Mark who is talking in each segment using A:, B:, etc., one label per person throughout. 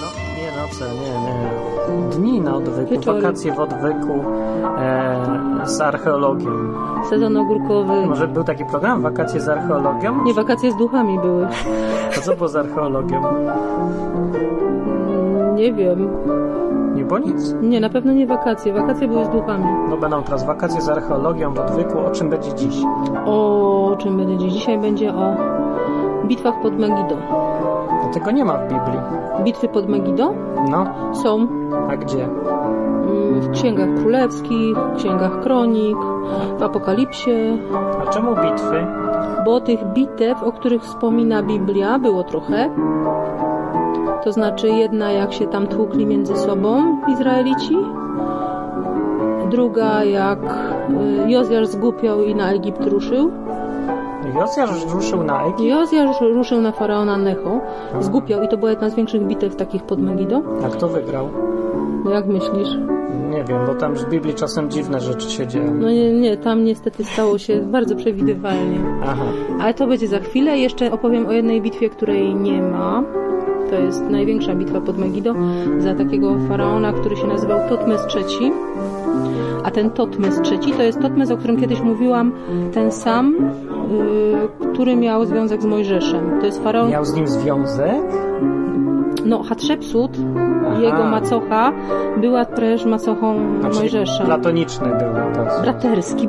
A: No, dni na odwyku,
B: Wieczory.
A: wakacje w odwyku e, z archeologią.
B: Sezon ogórkowy.
A: Może był taki program, wakacje z archeologią?
B: Nie, wakacje z duchami były.
A: A co było z archeologią?
B: Mm, Nie wiem.
A: Nie było nic.
B: Nie, na pewno nie wakacje. Wakacje były z duchami.
A: No będą teraz wakacje z archeologią w odwyku, o czym będzie dziś?
B: O czym będzie dziś? Dzisiaj będzie o bitwach pod Megido.
A: No tego nie ma w Biblii.
B: Bitwy pod Megido
A: No,
B: są
A: a gdzie?
B: mm, w księgach królewskich, w księgach kronik, w apokalipsie,
A: A czemu bitwy?
B: bo tych bitew, o których wspomina Biblia, było trochę. To znaczy jedna, jak się tam tłukli między sobą Izraelici, druga, jak y, Jozjasz zgłupiał i na Egipt ruszył.
A: Josjasz ruszył na Egipt,
B: Jozjasz ruszył na faraona Necho, zgłupiał i to była jedna z większych bitew takich pod Megido.
A: a kto wygrał?
B: No jak myślisz?
A: Nie wiem, bo tam w Biblii czasem dziwne rzeczy się dzieją.
B: No nie, nie, tam niestety stało się bardzo przewidywalnie.
A: Aha,
B: Ale to będzie za chwilę. Jeszcze opowiem o jednej bitwie, której nie ma. To jest największa bitwa pod Megido za takiego faraona, który się nazywał Totmes III. A ten Totmes III to jest Totmes, o którym kiedyś mówiłam, ten sam, yy, który miał związek z Mojżeszem. To jest faraon.
A: miał z nim związek?
B: No, Hatshepsut,
A: Aha.
B: jego macocha, była też macochą
A: Znaczy,
B: Mojżesza.
A: Platoniczny był. To.
B: Braterski,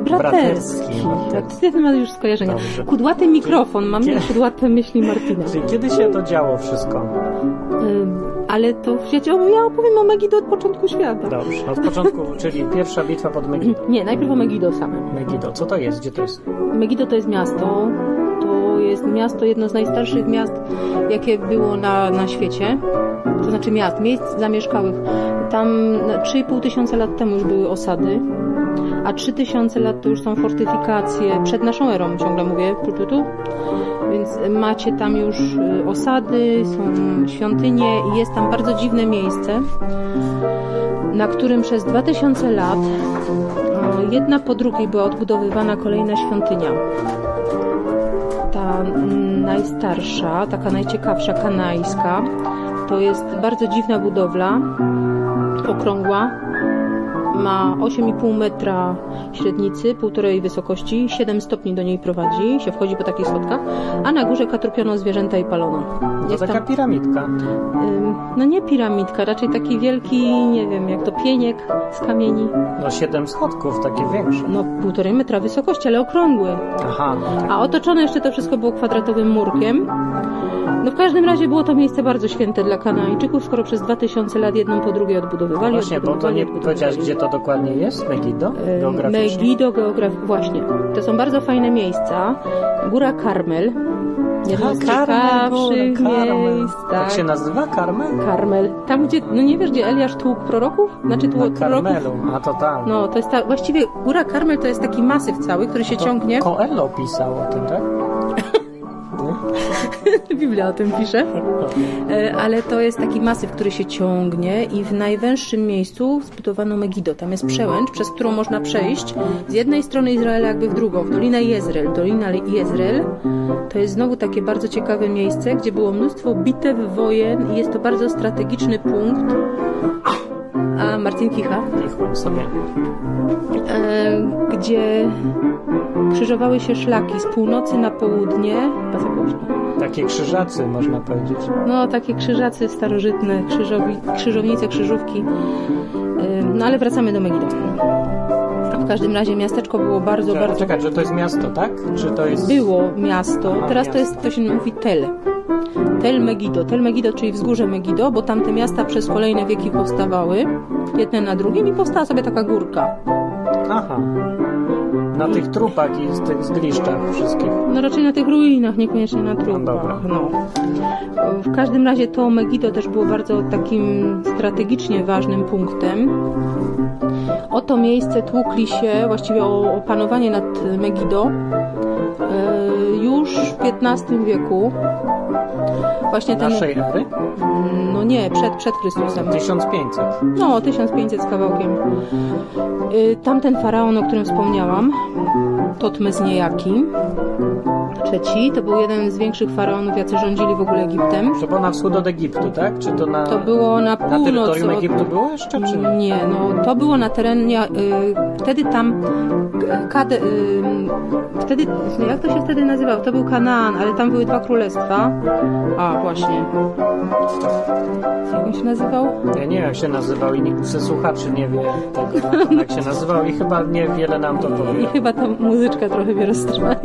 A: Braterski,
B: braterski.
A: braterski.
B: Ty masz już skojarzenia.
A: Dobrze.
B: Kudłaty mikrofon, mam
A: Kie-
B: na kudłate myśli Martina.
A: Czyli kiedy się to działo wszystko?
B: Ym, Ale to ja, ci, ja opowiem o Megido od początku świata.
A: Dobrze, od początku, czyli pierwsza bitwa pod Megido.
B: Nie, najpierw o Megido samym.
A: Megido, co to jest? Gdzie to jest?
B: Megido to jest miasto, to jest miasto, jedno z najstarszych miast, jakie było na, na świecie. To znaczy miast, miejsc zamieszkałych. Tam na 3,5 tysiąca lat temu już były osady, a 3 tysiące lat to już są fortyfikacje przed naszą erą, ciągle mówię, tu, tu, tu. Więc macie tam już y, osady, są świątynie i jest tam bardzo dziwne miejsce, na którym przez 2000 lat E, Jedna po drugiej była odbudowywana kolejna świątynia. Ta mm, najstarsza, taka najciekawsza, kanajska, to jest bardzo dziwna budowla, okrągła. Ma 8,5 metra średnicy, półtorej wysokości, 7 stopni do niej prowadzi, się wchodzi po takich schodkach, a na górze katrupiono zwierzęta i palono.
A: To
B: Jest
A: taka
B: tam,
A: piramidka.
B: ym, no nie piramidka, raczej taki wielki, nie wiem, jak to pieniek z kamieni.
A: No siedem schodków, takie większe.
B: No półtorej metra wysokości, ale okrągły.
A: Aha,
B: A otoczone jeszcze to wszystko było kwadratowym murkiem. No w każdym razie było to miejsce bardzo święte dla Kanańczyków, skoro przez 2000 lat jedną po drugiej odbudowywali.
A: No właśnie, bo to
B: odbudowywali,
A: nie
B: odbudowywali.
A: powiedziałaś, gdzie to dokładnie jest, Megido?
B: E,
A: Geograficznie.
B: Megiddo geograf... Właśnie. To są bardzo fajne miejsca. Góra Karmel. Jedno
A: Tak,
B: z ciekawszych miejsc.
A: Jak
B: Tak.
A: się nazywa? Karmel?
B: Karmel. Tam gdzie, no nie wiesz, gdzie Eliasz tłukł proroków? Znaczy
A: Na
B: tłukł proroków.
A: Karmelu, a to tam.
B: No, to jest ta, właściwie Góra Karmel to jest taki masyw cały, który się
A: To
B: ciągnie.
A: Coelho pisał o tym, tak? Nie?
B: Biblia o tym pisze. E, Ale to jest taki masyw, który się ciągnie i w najwęższym miejscu zbudowano Megido. Tam jest przełęcz, przez którą można przejść z jednej strony Izraela jakby w drugą, w Dolinę Jezreel. Dolina Jezreel to jest znowu takie bardzo ciekawe miejsce, gdzie było mnóstwo bitew, wojen i jest to bardzo strategiczny punkt. A Marcin kicha
A: Niech on sobie.
B: e, gdzie krzyżowały się szlaki z północy na południe. Bardzo głośno.
A: Takie krzyżacy, można powiedzieć.
B: No, takie krzyżacy starożytne, krzyżowi, krzyżownice, krzyżówki. Ym, No, ale wracamy do Megido. W każdym razie miasteczko było bardzo,
A: Czekaj,
B: bardzo...
A: czekaj, że to jest miasto, tak? Czy to jest...
B: Było miasto,
A: Aha,
B: teraz to
A: miasto.
B: jest, to się mówi Tel. Tel Megido, Tel Megido, czyli wzgórze Megido, bo tamte miasta przez kolejne wieki powstawały, jedne na drugim i powstała sobie taka górka.
A: Aha. Na tych trupach i z tych zgliszczach wszystkich.
B: No raczej na tych ruinach, niekoniecznie na
A: dobra.
B: trupach. No. W każdym razie to Megiddo też było bardzo takim strategicznie ważnym punktem. O to miejsce tłukli się, właściwie o o panowanie nad Megiddo e, już w XV wieku. Właśnie ten...
A: Naszej ery?
B: No nie, przed, przed Chrystusem.
A: 1500.
B: No, 1500 z kawałkiem. Y, Tamten faraon, o którym wspomniałam, Totmes niejaki, III, to był jeden z większych faraonów, jacy rządzili w ogóle Egiptem.
A: To było na wschód od Egiptu, tak? Czy to na,
B: To było na
A: na
B: północ
A: terytorium
B: od
A: Egiptu było jeszcze, czy nie?
B: Nie, no to było na terenie, y, wtedy tam k- kade, y, wtedy, no jak to się wtedy nazywało? To był Kanaan, ale tam były dwa królestwa. A, właśnie. Jak on się nazywał?
A: Ja nie wiem, jak się nazywał i nikt ze słuchaczy nie wie tego, jak się nazywał i chyba niewiele nam to
B: I
A: powie.
B: chyba ta muzyczka trochę mnie rozstrzaja.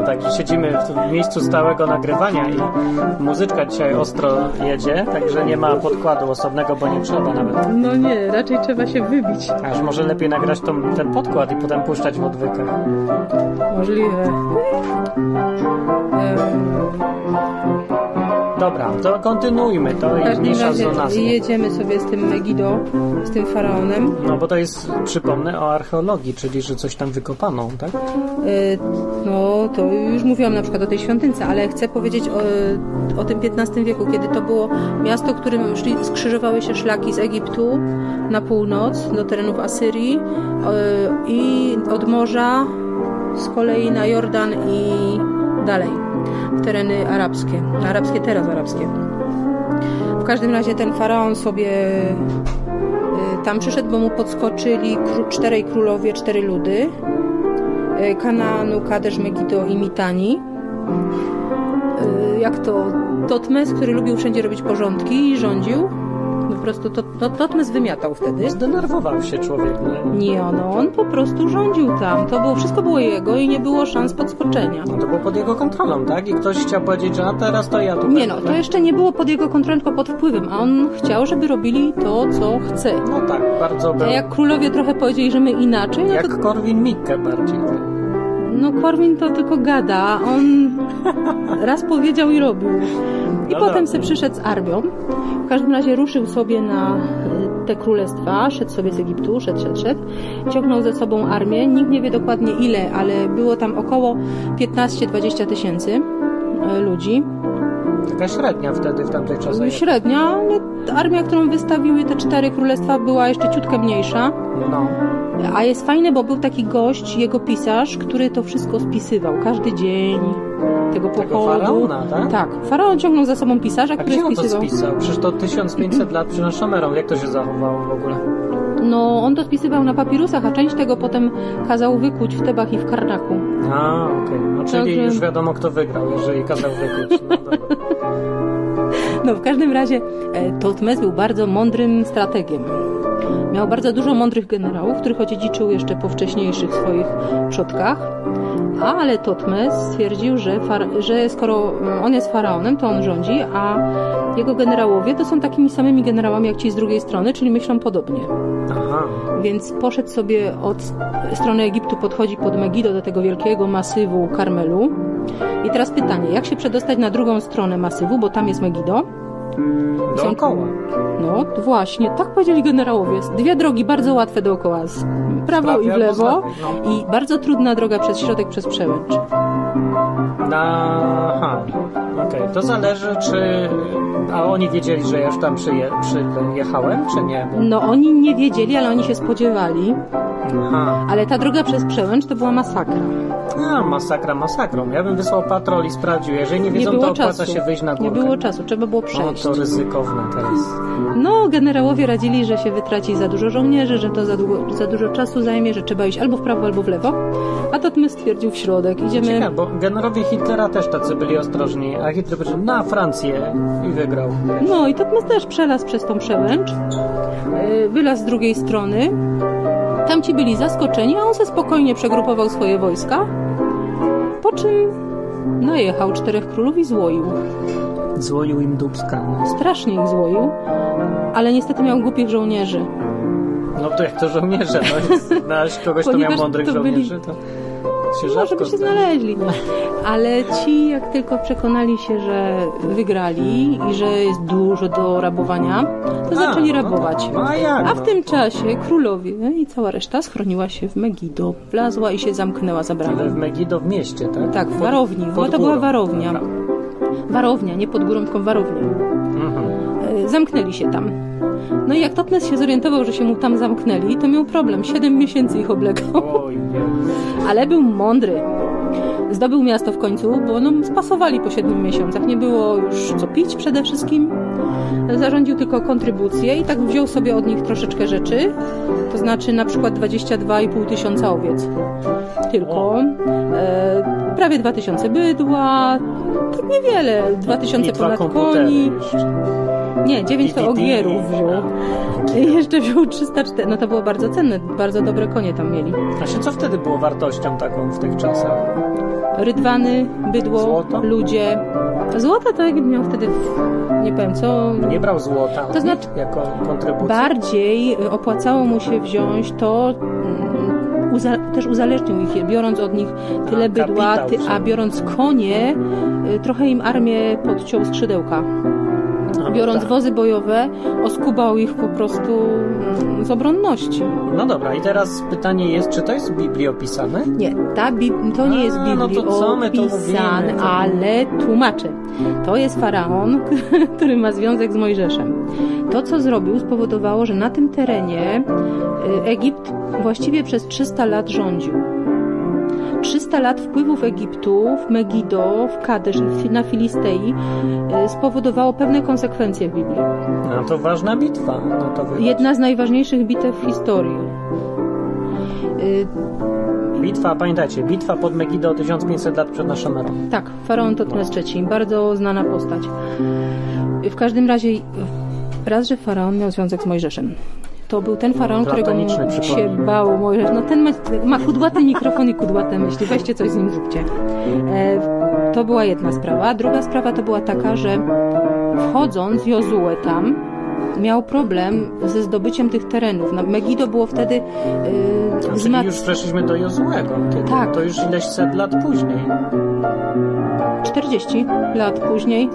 A: No tak, że siedzimy w w miejscu stałego nagrywania i muzyczka dzisiaj ostro jedzie, także nie ma podkładu osobnego, bo nie trzeba nawet.
B: No nie, raczej trzeba się wybić.
A: Aż może lepiej nagrać tą, ten podkład i potem puszczać w odwykach.
B: Możliwe. Em,
A: Dobra, to kontynuujmy, to
B: W
A: i
B: każdym
A: mniejsza z
B: razie
A: nazwy.
B: jedziemy sobie z tym Megido, z tym faraonem.
A: No bo to jest, przypomnę, o archeologii, czyli że coś tam wykopano, tak?
B: E, No, to już mówiłam na przykład o tej świątynce, ale chcę powiedzieć o, o tym XV wieku, kiedy to było miasto, którym szli, skrzyżowały się szlaki z Egiptu na północ do terenów Asyrii e, i od morza z kolei na Jordan i dalej w tereny arabskie, arabskie teraz arabskie. W każdym razie ten faraon sobie y, tam przyszedł, bo mu podskoczyli kró- czterej królowie, cztery ludy. Y, Kanaanu, Kadesz, Megiddo i Mitani. Y, Jak to? Totmes, który lubił wszędzie robić porządki i rządził. No Po prostu to, to, Totmes wymiatał wtedy.
A: Zdenerwował się człowiek, nie?
B: Nie, no on po prostu rządził tam. To było, wszystko było jego i nie było szans podskoczenia.
A: No to było pod jego kontrolą, tak? I ktoś chciał powiedzieć, że a teraz to ja tu
B: Nie
A: będę,
B: no, to
A: tak?
B: jeszcze nie było pod jego kontrolą, tylko pod wpływem, a on chciał, żeby robili to, co chce.
A: No tak, bardzo
B: A
A: był. Jak,
B: jak królowie trochę powiedzieli, że my inaczej, no to
A: Korwin Mikke bardziej. tak?
B: no Korwin to tylko gada, on raz powiedział i robił. I
A: No
B: potem
A: tak.
B: se przyszedł z armią. W każdym razie ruszył sobie na y, te królestwa, szedł sobie z Egiptu, szedł, szedł, szedł. Ciągnął ze sobą armię, nikt nie wie dokładnie ile, ale było tam około 15-20 tysięcy y, ludzi.
A: Taka średnia wtedy, w tamtych czasach.
B: No, Średnia, ale armia, którą wystawiły te cztery królestwa była jeszcze ciutkę mniejsza.
A: No.
B: A jest fajne, bo był taki gość, jego pisarz, który to wszystko spisywał każdy dzień tego pochodu.
A: faraona, tak?
B: Tak. Faraon ciągnął za sobą pisarza,
A: A
B: który
A: gdzie on to
B: spisywał.
A: spisał? Przecież to 1500 lat przed naszą erą. Jak to się zachowało w ogóle?
B: No, on to spisywał na papirusach, a część tego potem kazał wykuć w Tebach i w Karnaku.
A: A, okej. No czyli
B: Także-
A: już wiadomo, kto wygrał, jeżeli kazał wykuć. No dobra.
B: No, w każdym razie e, Totmes był bardzo mądrym strategiem. Miał bardzo dużo mądrych generałów, których odziedziczył jeszcze po wcześniejszych swoich przodkach. Ale Totmes stwierdził, że, far- że skoro mm, on jest faraonem, to on rządzi, a jego generałowie to są takimi samymi generałami jak ci z drugiej strony, czyli myślą podobnie.
A: Aha.
B: Więc poszedł sobie od strony Egiptu, podchodzi pod Megido do tego wielkiego masywu Karmelu. I teraz pytanie, jak się przedostać na drugą stronę masywu, bo tam jest Megido?
A: Dookoła.
B: No to właśnie, tak powiedzieli generałowie. Dwie drogi bardzo łatwe dookoła, z prawo i w
A: Prawie albo z
B: lewo.
A: lewej, no.
B: I bardzo trudna droga przez środek, przez przełęcz.
A: Na... Aha. Okej, to zależy, czy... A oni wiedzieli, że ja już tam przyje... przyjechałem, czy nie? Bo...
B: No oni nie wiedzieli, ale oni się spodziewali.
A: Aha.
B: Ale ta droga przez przełęcz to była masakra.
A: A, masakra masakrą. Ja bym wysłał patrol i sprawdził. Jeżeli nie wiedzą,
B: nie
A: to
B: było
A: opłaca
B: czasu.
A: się wyjść na
B: nie
A: górkę.
B: było czasu, trzeba
A: O,
B: było przejść.
A: to ryzykowne teraz.
B: No, generałowie radzili, że się wytraci za dużo żołnierzy, że to za, długo, za dużo czasu zajmie, że trzeba iść albo w prawo, albo w lewo. A Totmy stwierdził w środek. Idziemy
A: Ciekawe, bo generowie Hitlera też tacy byli ostrożni, a Hitler powiedział na Francję i wygrał.
B: No i Totmes też przelazł przez tą przełęcz, yy, wylazł z drugiej strony. Tamci byli zaskoczeni, a on se spokojnie przegrupował swoje wojska, po czym najechał czterech królów i złoił.
A: Złoił im dubska. no.
B: Strasznie ich złoił, ale niestety miał głupich żołnierzy.
A: No to jak to żołnierze, no jest- znaleźć kogoś, kto miał
B: Ponieważ
A: mądrych
B: to byli-
A: żołnierzy, to się
B: Może by
A: rzadko
B: się
A: zdarza.
B: znaleźli. No. Ale ci, jak tylko przekonali się, że wygrali i że jest dużo do rabowania, to
A: A,
B: zaczęli
A: no
B: rabować.
A: tak. No a jak?
B: A w
A: no?
B: tym czasie królowie no i cała reszta schroniła się w Megido, wlazła i się zamknęła za bramą.
A: Ale w Megido w mieście, tak?
B: Tak, w
A: Pod-
B: warowni, bo
A: pod
B: to była
A: górą.
B: warownia.
A: Dobra.
B: Warownia, nie pod górą, tylko warownia.
A: Mhm.
B: E, Zamknęli się tam. No i jak Totmes się zorientował, że się mu tam zamknęli, to miał problem. Siedem miesięcy ich oblekał.
A: Oj, nie.
B: Ale był mądry. Zdobył miasto w końcu, bo no, spasowali po siedmiu miesiącach. Nie było już co pić przede wszystkim. Zarządził tylko kontrybucję i tak wziął sobie od nich troszeczkę rzeczy, to znaczy na przykład 22,5 tysiąca owiec. Tylko e, prawie 2000 bydła, tak niewiele, 2000
A: dwa
B: ponad
A: komputery
B: koni.
A: jeszcze.
B: Nie, 900
A: DVD.
B: ogierów wziął. I Jeszcze wziął 304. No to było bardzo cenne, bardzo dobre konie tam mieli.
A: A się co wtedy było wartością taką w tych czasach?
B: Rydwany, bydło,
A: Złoto?
B: ludzie. Złota to jakby miał wtedy, nie powiem co,
A: Nie brał złota
B: To znaczy-
A: jako kontrybucji.
B: bardziej y, opłacało mu się wziąć to, mm, uza- też uzależnił ich, je, biorąc od nich tyle
A: A,
B: bydła,
A: kapitał
B: ty, a
A: wziął.
B: biorąc konie, y, trochę im armię podciął skrzydełka.
A: A, no
B: Biorąc
A: tak.
B: wozy bojowe, oskubał ich po prostu mm, z obronności.
A: No dobra, i teraz pytanie jest, czy to jest w Biblii opisane?
B: Nie, ta bi- to nie
A: A,
B: jest Biblia
A: no to co my tu
B: opisane,
A: mówimy, to-
B: ale tłumaczę. To jest faraon, który ma związek z Mojżeszem. To, co zrobił, spowodowało, że na tym terenie y, Egipt właściwie przez 300 lat rządził. 300 lat wpływów Egiptu w Megido, w Kadesz, i w- na Filistei y, spowodowało pewne konsekwencje w Biblii.
A: No to ważna bitwa. No to wychodzi.
B: Jedna z najważniejszych bitew w historii. Y,
A: Bitwa, pamiętajcie, bitwa pod Megido 1500 lat przed naszą erą.
B: Tak, faraon Totmes III, bardzo znana postać. W każdym razie, raz, że faraon miał związek z Mojżeszem. To był ten faraon, którego
A: Platoniczny,
B: m- się
A: przypomnij.
B: bał Mojżesz. No ten ma, ma kudłaty mikrofon i kudłate myśli. Weźcie coś z nim zróbcie. E, to była jedna sprawa. Druga sprawa to była taka, że wchodząc Jozue tam, miał problem ze zdobyciem tych terenów. No, Megido było wtedy y,
A: Czyli
B: zmac-
A: już przeszliśmy do Jozułego. kiedy-
B: Znaczy- Tak.
A: To już ileś set lat później.
B: 40 lat później.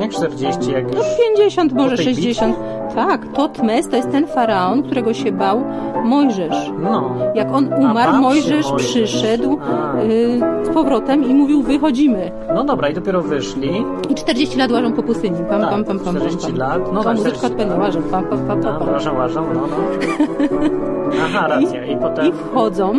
A: Jak 40, jak
B: No
A: już...
B: 50, może
A: tej
B: 60. Tak, Totmes to jest ten faraon, którego się bał Mojżesz.
A: No.
B: Jak on
A: bał się
B: umarł, Mojżesz
A: Mojżesz.
B: przyszedł
A: A.
B: y, z powrotem i mówił wychodzimy.
A: No dobra, i dopiero wyszli.
B: I 40 lat łażą po pustyni. Pam,
A: Tak,
B: pam, pam, pam,
A: 40
B: pam, pam.
A: lat. No
B: Ta
A: tak,
B: muzyczka
A: 40
B: odpędza,
A: lat.
B: łażą, pam, pam, pam, pam,
A: Tam
B: pam.
A: łażą, łażą, no, no. Aha, racja. I potem...
B: I wchodzą.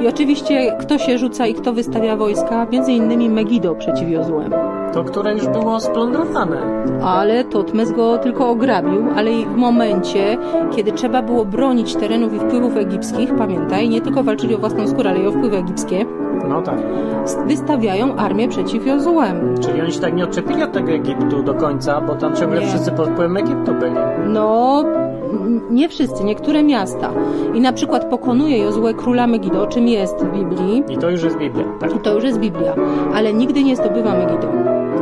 B: I oczywiście kto się rzuca i kto wystawia wojska, między innymi Megido przeciw Jozłem.
A: To, które już było splądrowane.
B: ale Totmes go tylko ograbił, ale i w momencie, kiedy trzeba było bronić terenów i wpływów egipskich, pamiętaj, nie tylko walczyli o własną skórę, ale i o wpływy egipskie,
A: No tak.
B: s- wystawiają armię przeciw Jozuem.
A: Czyli oni się tak nie odczepili od tego Egiptu do końca, bo tam ciągle
B: Nie.
A: wszyscy pod wpływem Egiptu byli.
B: No, n- nie wszyscy, niektóre miasta. I na przykład pokonuje Jozue króla Megido, czym jest w Biblii,
A: I to już jest Biblia. Tak.
B: i to już jest Biblia, ale nigdy nie zdobywa Megido.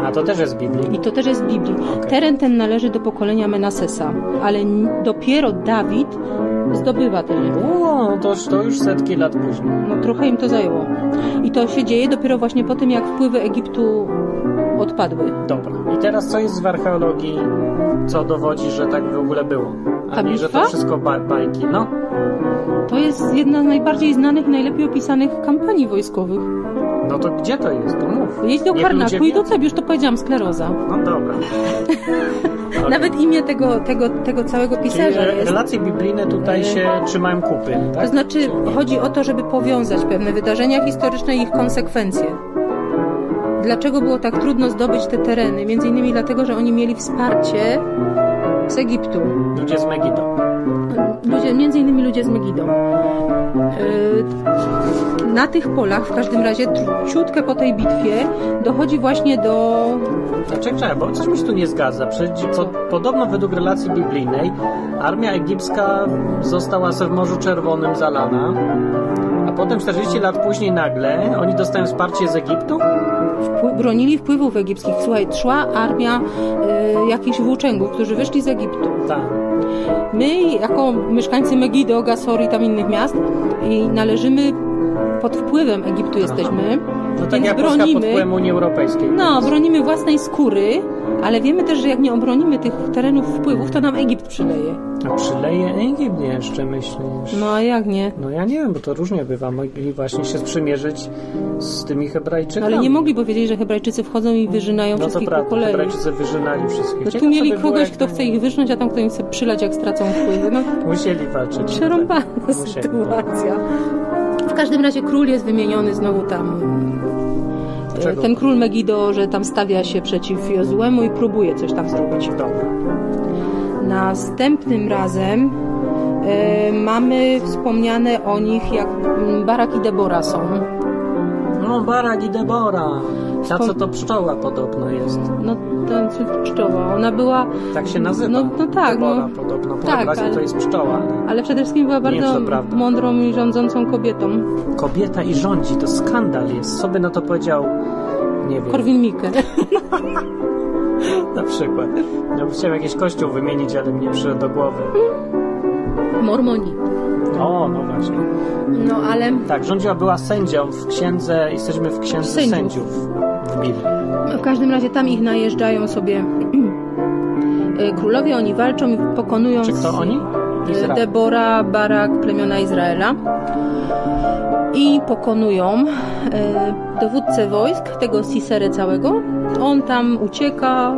A: A to też jest Biblia.
B: I to też jest w Biblii. Teren ten należy do pokolenia Menasesa, ale n- dopiero Dawid zdobywa teren.
A: O, to, to już setki lat później.
B: No trochę im to zajęło. I to się dzieje dopiero właśnie po tym, jak wpływy Egiptu odpadły.
A: Dobra. I teraz co jest w archeologii, co dowodzi, że tak w ogóle było? A
B: Ta
A: nie, że to
B: bitwa?
A: wszystko ba- bajki. No,
B: To jest jedna z najbardziej znanych, najlepiej opisanych kampanii wojskowych.
A: no to gdzie to jest? To mów.
B: Jeźdź do
A: Niech
B: Karnaku
A: ludzie
B: i do
A: wiedzą.
B: Cebiusz, to powiedziałam, skleroza.
A: No dobra. Okej.
B: Nawet imię tego, tego, tego całego
A: Czyli e,
B: pisarza
A: re-
B: jest.
A: relacje biblijne tutaj
B: Yy.
A: się trzymają kupy,
B: To
A: tak?
B: znaczy, chodzi o to, żeby powiązać pewne wydarzenia historyczne i ich konsekwencje. Dlaczego było tak trudno zdobyć te tereny? Między innymi dlatego, że oni mieli wsparcie z Egiptu.
A: Ludzie z Megido.
B: ludzie, między innymi ludzie z Megidą. Yy, Na tych polach, w każdym razie tr- ciutkę po tej bitwie, dochodzi właśnie do.
A: Tak, Czekaj, czekaj, bo coś mi się tu nie zgadza. Przecież po, podobno według relacji biblijnej armia egipska została se w Morzu Czerwonym zalana, a potem 40 lat później nagle oni dostają wsparcie z Egiptu?
B: wpły- Bronili wpływów egipskich. Słuchaj, szła armia yy, jakichś włóczęgów, którzy wyszli z Egiptu.
A: Tak.
B: My, jako mieszkańcy Megido, Gasor i tam innych miast, i należymy pod wpływem Egiptu jesteśmy,
A: No tak
B: więc
A: jak Polska pod
B: bronimy.
A: wpływem Unii Europejskiej.
B: No, bronimy własnej skóry, ale wiemy też, że jak nie obronimy tych terenów wpływów, to nam Egipt przyleje.
A: A przyleje Egipt jeszcze, myślisz?
B: No a jak nie?
A: No ja nie wiem, bo to różnie bywa. Mogli właśnie się sprzymierzyć z tymi Hebrajczykami.
B: No, Ale nie mogli powiedzieć, że Hebrajczycy wchodzą i wyrzynają
A: No to
B: wszystkich po
A: prawda,
B: kolei.
A: Hebrajczycy wyżynali wszystkich.
B: No, tu
A: Ciekawe
B: mieli
A: by było,
B: kogoś,
A: jak-
B: kto chce ich wyrzynać, a tam kto im chce przylać, jak stracą wpływy. No,
A: Musieli walczyć.
B: przerąbana
A: Musieli.
B: sytuacja. W każdym razie król jest wymieniony znowu tam. e,
A: Czego?
B: Ten król Megido, że tam stawia się przeciw Jozuemu i próbuje coś tam zrobić.
A: Dobra.
B: Następnym razem e, mamy wspomniane o nich, jak mm, Barak i Debora są.
A: No, Barak i Debora. Ta, co
B: Wspom-
A: to pszczoła podobno jest.
B: No, to co pszczoła. Ona była,
A: Tak się nazywa.
B: No- no tak, no.
A: Debora podobno. Po
B: Tak,
A: obrazie
B: ale-
A: to jest pszczoła.
B: ale przede wszystkim była
A: wiem, czy
B: bardzo
A: to prawda.
B: mądrą i rządzącą kobietą.
A: Kobieta i rządzi, to skandal jest. Co by na to powiedział, nie wiem,
B: Korwin Mikke.
A: na przykład. No, chciałem jakiś kościół wymienić, ale mnie przyszedł do głowy.
B: Mormoni.
A: O, no właśnie.
B: No, ale
A: Tak, rządziła była sędzią w księdze, jesteśmy w księdze
B: Sędziów.
A: sędziów, w Biblii.
B: W każdym razie tam ich najeżdżają sobie e, królowie, oni walczą i pokonują
A: Czy kto
B: z-
A: oni?
B: e,
A: Izrael.
B: Debora, Barak, plemiona Izraela i pokonują e, dowódcę wojsk, tego Sisere całego. On tam ucieka.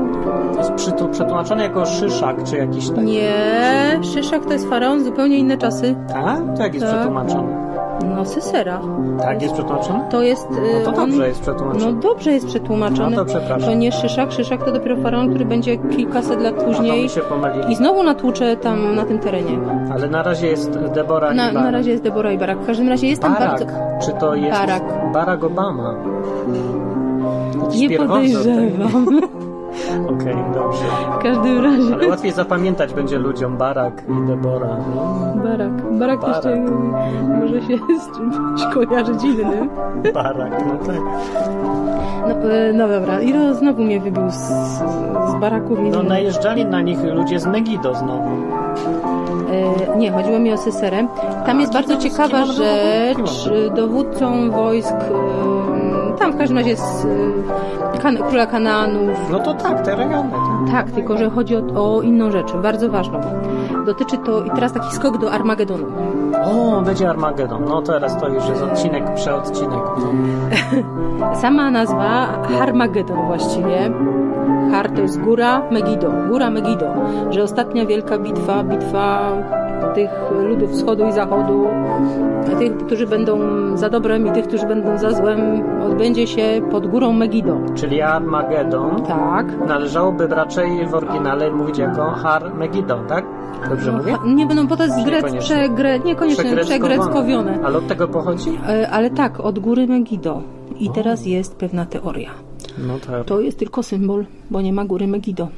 A: Jest przytu- przetłumaczony jako szyszak, czy jakiś taki.
B: Nie, Szyszak to jest faraon, zupełnie inne czasy.
A: Tak? To jak jest
B: Tak.
A: przetłumaczony?
B: No, Sisera.
A: Tak jest przetłumaczony?
B: To jest... e,
A: No to
B: on-
A: dobrze jest
B: No
A: przetłumaczony.
B: dobrze jest przetłumaczony.
A: No to przepraszam.
B: To nie Szyszak. Szyszak to dopiero faraon, który będzie kilkaset lat
A: A to
B: później.
A: mi się pomylili.
B: I znowu natłuczę tam na tym terenie.
A: Ale na razie jest Debora
B: Na,
A: i Barak.
B: na razie jest Debora i Barak. W każdym razie jest tam
A: Barak.
B: bardzo.
A: Czy to jest
B: Barak.
A: Barack Obama? Jakiś
B: Nie
A: pierwowzór,
B: podejrzewam.
A: tak? Okej, dobrze.
B: W każdym razie.
A: Ale łatwiej zapamiętać będzie ludziom Barak i Debora. No,
B: Barak. Barak
A: Barak.
B: jeszcze może się z czymś kojarzyć innym.
A: Barak, no tak.
B: No, e, no dobra, Iro znowu mnie wybił z, z baraków. nie
A: No
B: wiem.
A: najeżdżali na nich ludzie z Megido znowu.
B: E, nie, chodziło mi o Seserę. Tam
A: A,
B: jest
A: to
B: bardzo
A: to z kim
B: ciekawa
A: ona była?
B: rzecz. E, Dowódcą wojsk, e, tam w każdym razie jest e, kan- króla Kanaanów,
A: No to tak, te regany.
B: Tak, tylko że chodzi o, o inną rzecz, bardzo ważną. Dotyczy to i teraz taki skok do Armagedonu. Tak.
A: O, będzie Armagedon. No teraz to już jest odcinek przeodcinek.
B: Sama nazwa Harmagedon właściwie. Har to jest góra Megido, góra Megido, że ostatnia wielka bitwa, bitwa tych ludów wschodu i zachodu, tych, którzy będą za dobrem i tych, którzy będą za złem, odbędzie się pod górą Megido.
A: Czyli Armagedon
B: Tak.
A: należałoby raczej w oryginale mówić jako Harmegidon, tak? Dobrze mówię?
B: No, nie będą, bo to jest
A: Czy
B: grec,
A: niekoniecznie?
B: przegre, niekoniecznie przegreckowione.
A: Ale od tego pochodzi?
B: E, Ale tak, od góry Megido. I teraz jest pewna teoria.
A: No tak.
B: To jest tylko symbol, bo nie ma góry Megido.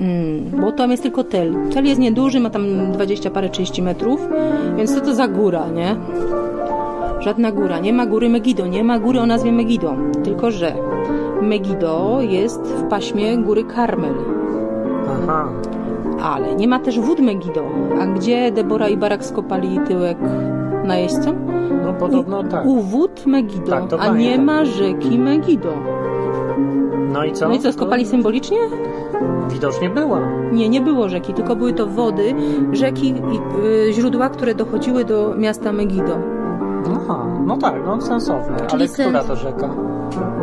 B: Mm, bo tam jest tylko tel. Tel jest nieduży, ma tam 20 parę 30 metrów, więc co to za góra, nie? Żadna góra. Nie ma góry Megido, nie ma góry o nazwie Megido. Tylko, że Megido jest w paśmie góry Karmel,
A: Aha.
B: ale nie ma też wód Megido. A gdzie Debora i Barak skopali tyłek najeźdźcom?
A: No podobno
B: U-
A: tak.
B: U wód Megido,
A: Tak, to
B: a nie
A: pamiętam.
B: ma rzeki Megido.
A: No i co?
B: No i co, skopali symbolicznie?
A: Widocznie była.
B: Nie, nie było rzeki, tylko były to wody, rzeki i y, źródła, które dochodziły do miasta Megido.
A: Aha, no tak, no sensowne. Ale
B: sens-
A: która to rzeka?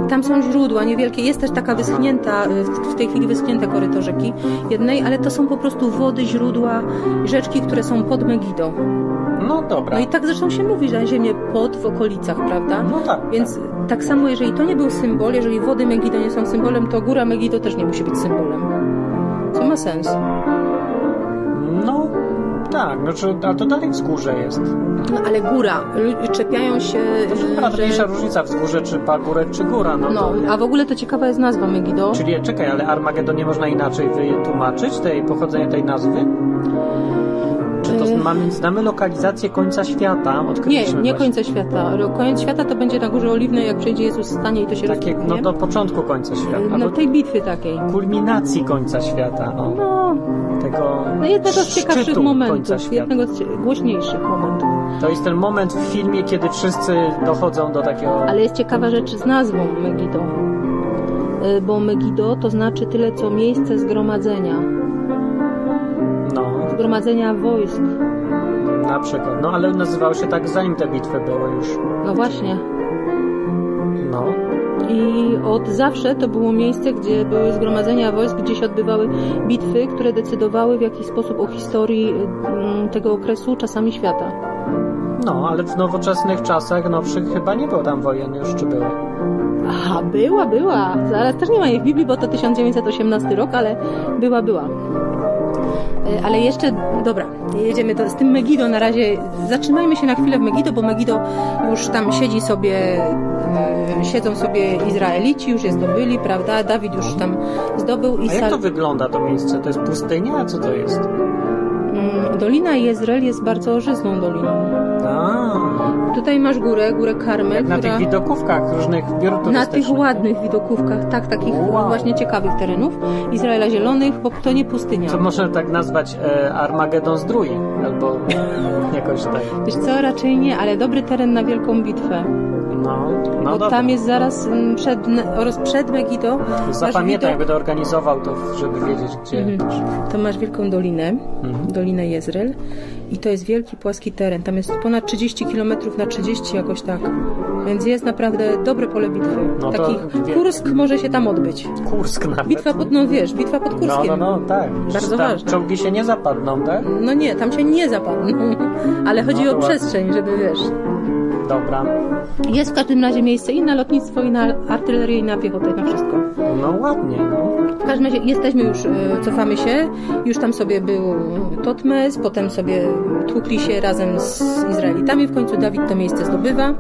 B: Tam są źródła niewielkie, jest też taka wyschnięta, y, w- w tej chwili wyschnięte koryto rzeki jednej, ale to są po prostu wody, źródła, rzeczki, które są pod Megido.
A: No dobra.
B: No i tak zresztą się mówi, że ziemię pod, w okolicach, prawda?
A: No tak.
B: Więc tak samo, jeżeli to nie był symbol, jeżeli wody Megido nie są symbolem, to góra Megido też nie musi być symbolem. Co ma sens?
A: No tak, znaczy, a to dalej wzgórze jest.
B: No ale góra, lu- czepiają się,
A: A mniejsza
B: Yy, że...
A: różnica wzgórze czy pagórek czy góra, no.
B: No,
A: to nie.
B: a w ogóle to ciekawa jest nazwa Megido.
A: Czyli e, czekaj, ale Armagedon nie można inaczej wytłumaczyć tej pochodzenia tej nazwy? Czy to
B: Y.
A: mamy, znamy lokalizację końca świata?
B: Nie,
A: Odkryliśmy
B: nie
A: właśnie.
B: końca świata. Koniec świata to będzie na Górze Oliwnej, jak przejdzie Jezus stanie i to się
A: Takie,
B: rozpadnie.
A: no do początku końca świata.
B: No
A: No,
B: tej bitwy takiej.
A: Kulminacji końca świata. O,
B: No,
A: tego
B: no jednego z ciekawszych
A: szczytu końca
B: momentów,
A: świata.
B: jednego z cie- głośniejszych momentów.
A: To jest ten moment w filmie, kiedy wszyscy dochodzą do takiego.
B: Ale jest ciekawa rzecz z nazwą Megido. Y, Bo Megido to znaczy tyle, co miejsce zgromadzenia.
A: No,
B: Zgromadzenia wojsk.
A: na przykład. No ale nazywał się tak, zanim te bitwy były już.
B: No właśnie.
A: No.
B: I od zawsze to było miejsce, gdzie były zgromadzenia wojsk, gdzie się odbywały bitwy, które decydowały w jakiś sposób o historii y, mm, tego okresu, czasami świata.
A: No, ale w nowoczesnych czasach, nowszych chyba nie było tam wojen już, czy były?
B: Aha, była, była. Zaraz też nie ma jej w Biblii, bo to 1918 rok, ale była, była. E, Ale jeszcze, dobra, jedziemy do, z tym Megido na razie. Zatrzymajmy się na chwilę w Megido, bo Megido już tam siedzi sobie, mm, siedzą sobie Izraelici, już je zdobyli, prawda? Dawid już tam zdobył i
A: A jak
B: Sal-
A: to wygląda to miejsce? To jest pustynia? Co to jest?
B: Mm, Dolina Jezreel jest bardzo żyzną doliną.
A: A,
B: Tutaj masz górę, górę Karmel,
A: jak na tych
B: która...
A: widokówkach różnych biur
B: Na
A: turystycznych.
B: tych ładnych widokówkach, tak, takich
A: Wow.
B: właśnie ciekawych terenów Izraela Zielonych, bo to nie pustynia.
A: Co można tak nazwać e, Armagedon Zdrój, albo jakoś tak.
B: Wiesz co, raczej nie, ale dobry teren na wielką bitwę.
A: No, no
B: bo
A: dobra.
B: tam jest zaraz mm, przed, oraz przed Megido.
A: Zapamiętaj,
B: widok- Mhm.
A: jakby to organizował, to żeby wiedzieć, gdzie.
B: To masz wielką dolinę,
A: Mhm.
B: Dolinę Jezreel i to jest wielki płaski teren. Tam jest ponad 30 km na 30 jakoś tak. Więc jest naprawdę dobre pole bitwy.
A: No to
B: Taki
A: wie-
B: Kursk może się tam odbyć.
A: Kursk nawet.
B: Bitwa pod, no wiesz, bitwa pod
A: No,
B: Kurskiem.
A: no, no, tak. Przecież tam
B: ważne.
A: Czołgi się nie zapadną, tak?
B: No nie, tam się nie zapadną, ale chodzi
A: No
B: o
A: to
B: przestrzeń, żeby wiesz.
A: Dobra.
B: Jest w każdym razie miejsce i na lotnictwo, i na artylerię, i na piechotę, i na wszystko.
A: No ładnie, no.
B: W każdym razie jesteśmy już, e, cofamy się, już tam sobie był Totmes, potem sobie tłukli się razem z Izraelitami, w końcu Dawid to miejsce zdobywa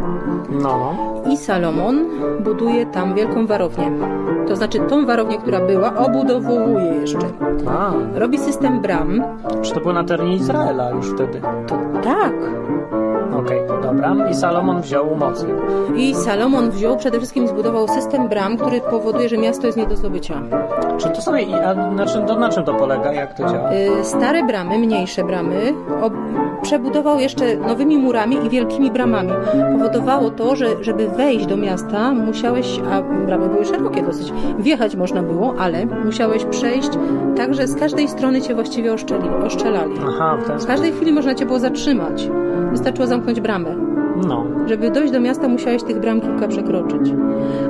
A: No.
B: i Salomon buduje tam wielką warownię. To znaczy tą warownię, która była, obudowuje jeszcze.
A: no. A,
B: Robi system bram.
A: czy to było na terenie Izraela już wtedy?
B: To tak.
A: Okej, dobra. I Salomon wziął mocy.
B: I Salomon wziął, przede wszystkim zbudował system bram, który powoduje, że miasto jest nie do zdobycia.
A: Czy to sobie, a na czym, to, na czym to polega, jak to działa?
B: Y, Stare bramy, mniejsze bramy, ob- przebudował jeszcze nowymi murami i wielkimi bramami. Powodowało to, że żeby wejść do miasta, musiałeś, a bramy były szerokie dosyć, wjechać można było, ale musiałeś przejść tak, że z każdej strony cię właściwie oszczeli, oszczelali.
A: Aha, w ten
B: W
A: sposób.
B: każdej chwili można cię było zatrzymać. Wystarczyło zamknąć bramę.
A: No.
B: Żeby dojść do miasta, musiałeś tych bram kilka przekroczyć.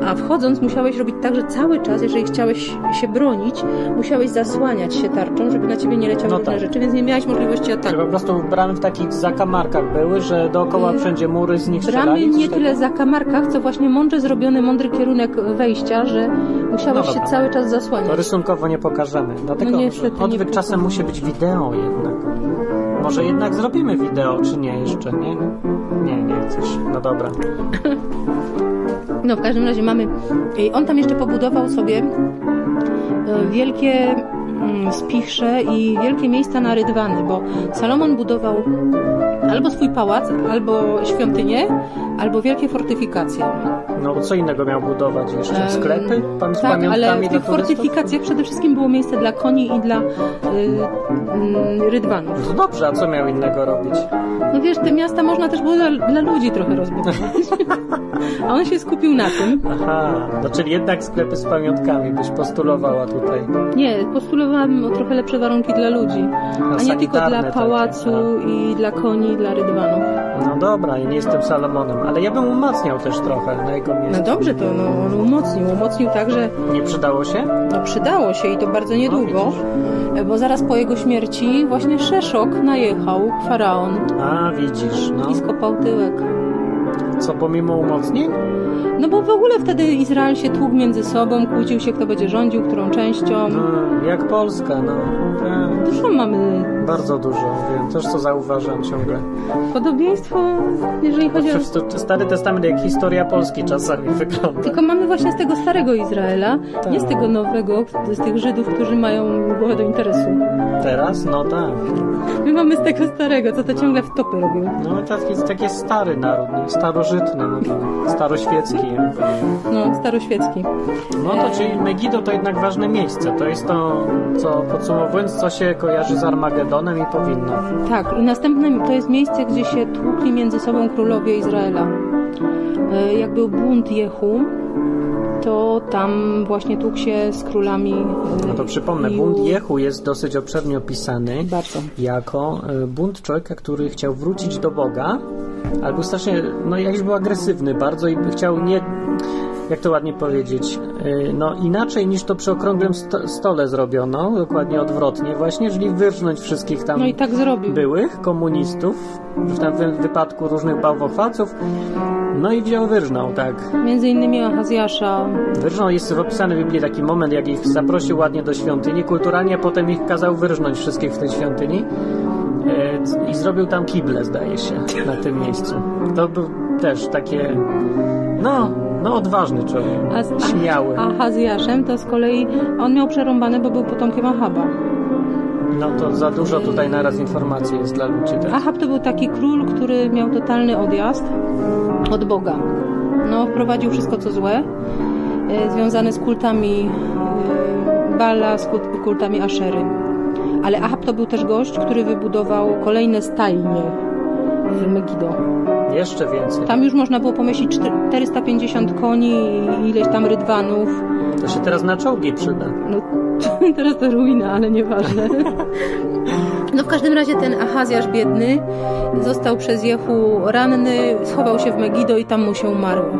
B: A wchodząc, musiałeś robić tak, że cały czas, jeżeli chciałeś się bronić, musiałeś zasłaniać się tarczą, żeby na ciebie nie leciały
A: No
B: różne
A: tak.
B: rzeczy, więc nie miałeś możliwości
A: Czy
B: ataku.
A: po prostu bramy w takich zakamarkach były, że dookoła
B: Mm.
A: wszędzie mury z nich
B: Bramy
A: strzelali?
B: nie
A: czy
B: tyle
A: tego?
B: za kamarkach, co właśnie mądrze zrobiony, mądry kierunek wejścia, że musiałeś
A: No
B: się
A: dobra.
B: cały czas zasłaniać.
A: To rysunkowo nie pokażemy. Dlatego
B: No niestety nie
A: odwyk czasem
B: pokażemy.
A: musi być wideo jednak. Może jednak zrobimy wideo, czy nie jeszcze? Nie, nie, nie chcesz. No dobra.
B: No w każdym razie mamy. I on tam jeszcze pobudował sobie e, wielkie mm, spichrze i wielkie miejsca na rydwany, bo Salomon budował albo swój pałac, albo świątynię, albo wielkie fortyfikacje.
A: No co innego miał budować jeszcze?
B: Em,
A: Sklepy? Pan z
B: Y, tak,
A: pamiątkami
B: ale w
A: dla
B: tych
A: turystów?
B: fortyfikacjach przede wszystkim było miejsce dla koni i dla y, mm, rydwanów.
A: No dobrze, a co miał innego robić?
B: No wiesz, te miasta można też było dla, dla ludzi trochę rozbudować. A on się skupił na tym.
A: Aha, no czyli jednak sklepy z pamiątkami byś postulowała tutaj.
B: Nie, postulowałabym o trochę lepsze warunki dla ludzi, a nie tylko
A: sanitarne
B: dla
A: takie,
B: pałacu i dla koni i dla rydwanów.
A: No dobra, ja nie jestem Salomonem, ale ja bym umacniał też trochę na jego
B: No
A: miejscu.
B: dobrze to, no, on umocnił, umocnił tak, że
A: Nie przydało się?
B: no, przydało się i to bardzo niedługo, bo zaraz po jego śmierci właśnie Szeszok najechał faraon
A: A, widzisz, no.
B: i skopał tyłek.
A: Co, pomimo umocnień?
B: No bo w ogóle wtedy Izrael się tłukł między sobą, kłócił się kto będzie rządził, którą częścią.
A: No, jak Polska, no. E,
B: Dużo mamy
A: bardzo dużo, wiem, też to zauważam ciągle.
B: podobieństwo, jeżeli chodzi o...
A: Przecież to Stary Testament jak historia Polski czasami wygląda.
B: Tylko mamy właśnie z tego starego Izraela,
A: Tak.
B: nie z tego nowego, z tych Żydów, którzy mają głowę do interesu.
A: Teraz? No tak.
B: My mamy z tego starego, co to ciągle w topy robią.
A: No tak jest taki stary naród, nie? starożytny, no, staroświecki.
B: No, staroświecki.
A: No to czyli Megido to jednak ważne miejsce. To jest to, co podsumowując, co się kojarzy z Armagedonem i powinno.
B: Tak, i następne to jest miejsce, gdzie się tłukli między sobą królowie Izraela. E, Jak był bunt Jehu, to tam właśnie tłukł się z królami. e,
A: No to przypomnę,
B: i-
A: bunt Jehu jest dosyć obszernie opisany
B: Bardzo.
A: jako e, bunt człowieka, który chciał wrócić do Boga, ale był strasznie, no jakiś był agresywny bardzo i chciał nie... jak to ładnie powiedzieć, y, no inaczej niż to przy okrągłym sto- stole zrobiono, dokładnie odwrotnie właśnie, czyli wyrżnąć wszystkich tam
B: No i tak zrobił.
A: byłych komunistów, w tam w wypadku różnych bałwochwalców, no i wziął wyrżnął, tak.
B: Między innymi Ahazjasza.
A: Wyrżnął jest opisany w Biblii taki moment, jak ich zaprosił ładnie do świątyni, kulturalnie a potem ich kazał wyrżnąć wszystkich w tej świątyni E, c- i zrobił tam kible, zdaje się, na tym miejscu. To był też takie, no, no odważny człowiek,
B: A z
A: śmiały.
B: Ahazjaszem to z kolei on miał przerąbane, bo był potomkiem Ahaba.
A: No to za dużo tutaj naraz informacji jest dla ludzi też.
B: Ahab to był taki król, który miał totalny odjazd od Boga. No, wprowadził wszystko co złe, e, związane z kultami e, Bala, z kult- kultami Aszery. Ale Ahab to był też gość, który wybudował kolejne stajnie w Megido. Tak.
A: Jeszcze więcej.
B: Tam już można było pomieścić czter- 450 koni i ileś tam rydwanów.
A: To się teraz na czołgi przyda.
B: No, teraz to ruina, ale nieważne. No w każdym razie ten Ahazjasz biedny został przez Jehu ranny, schował się w Megido i tam mu się umarło.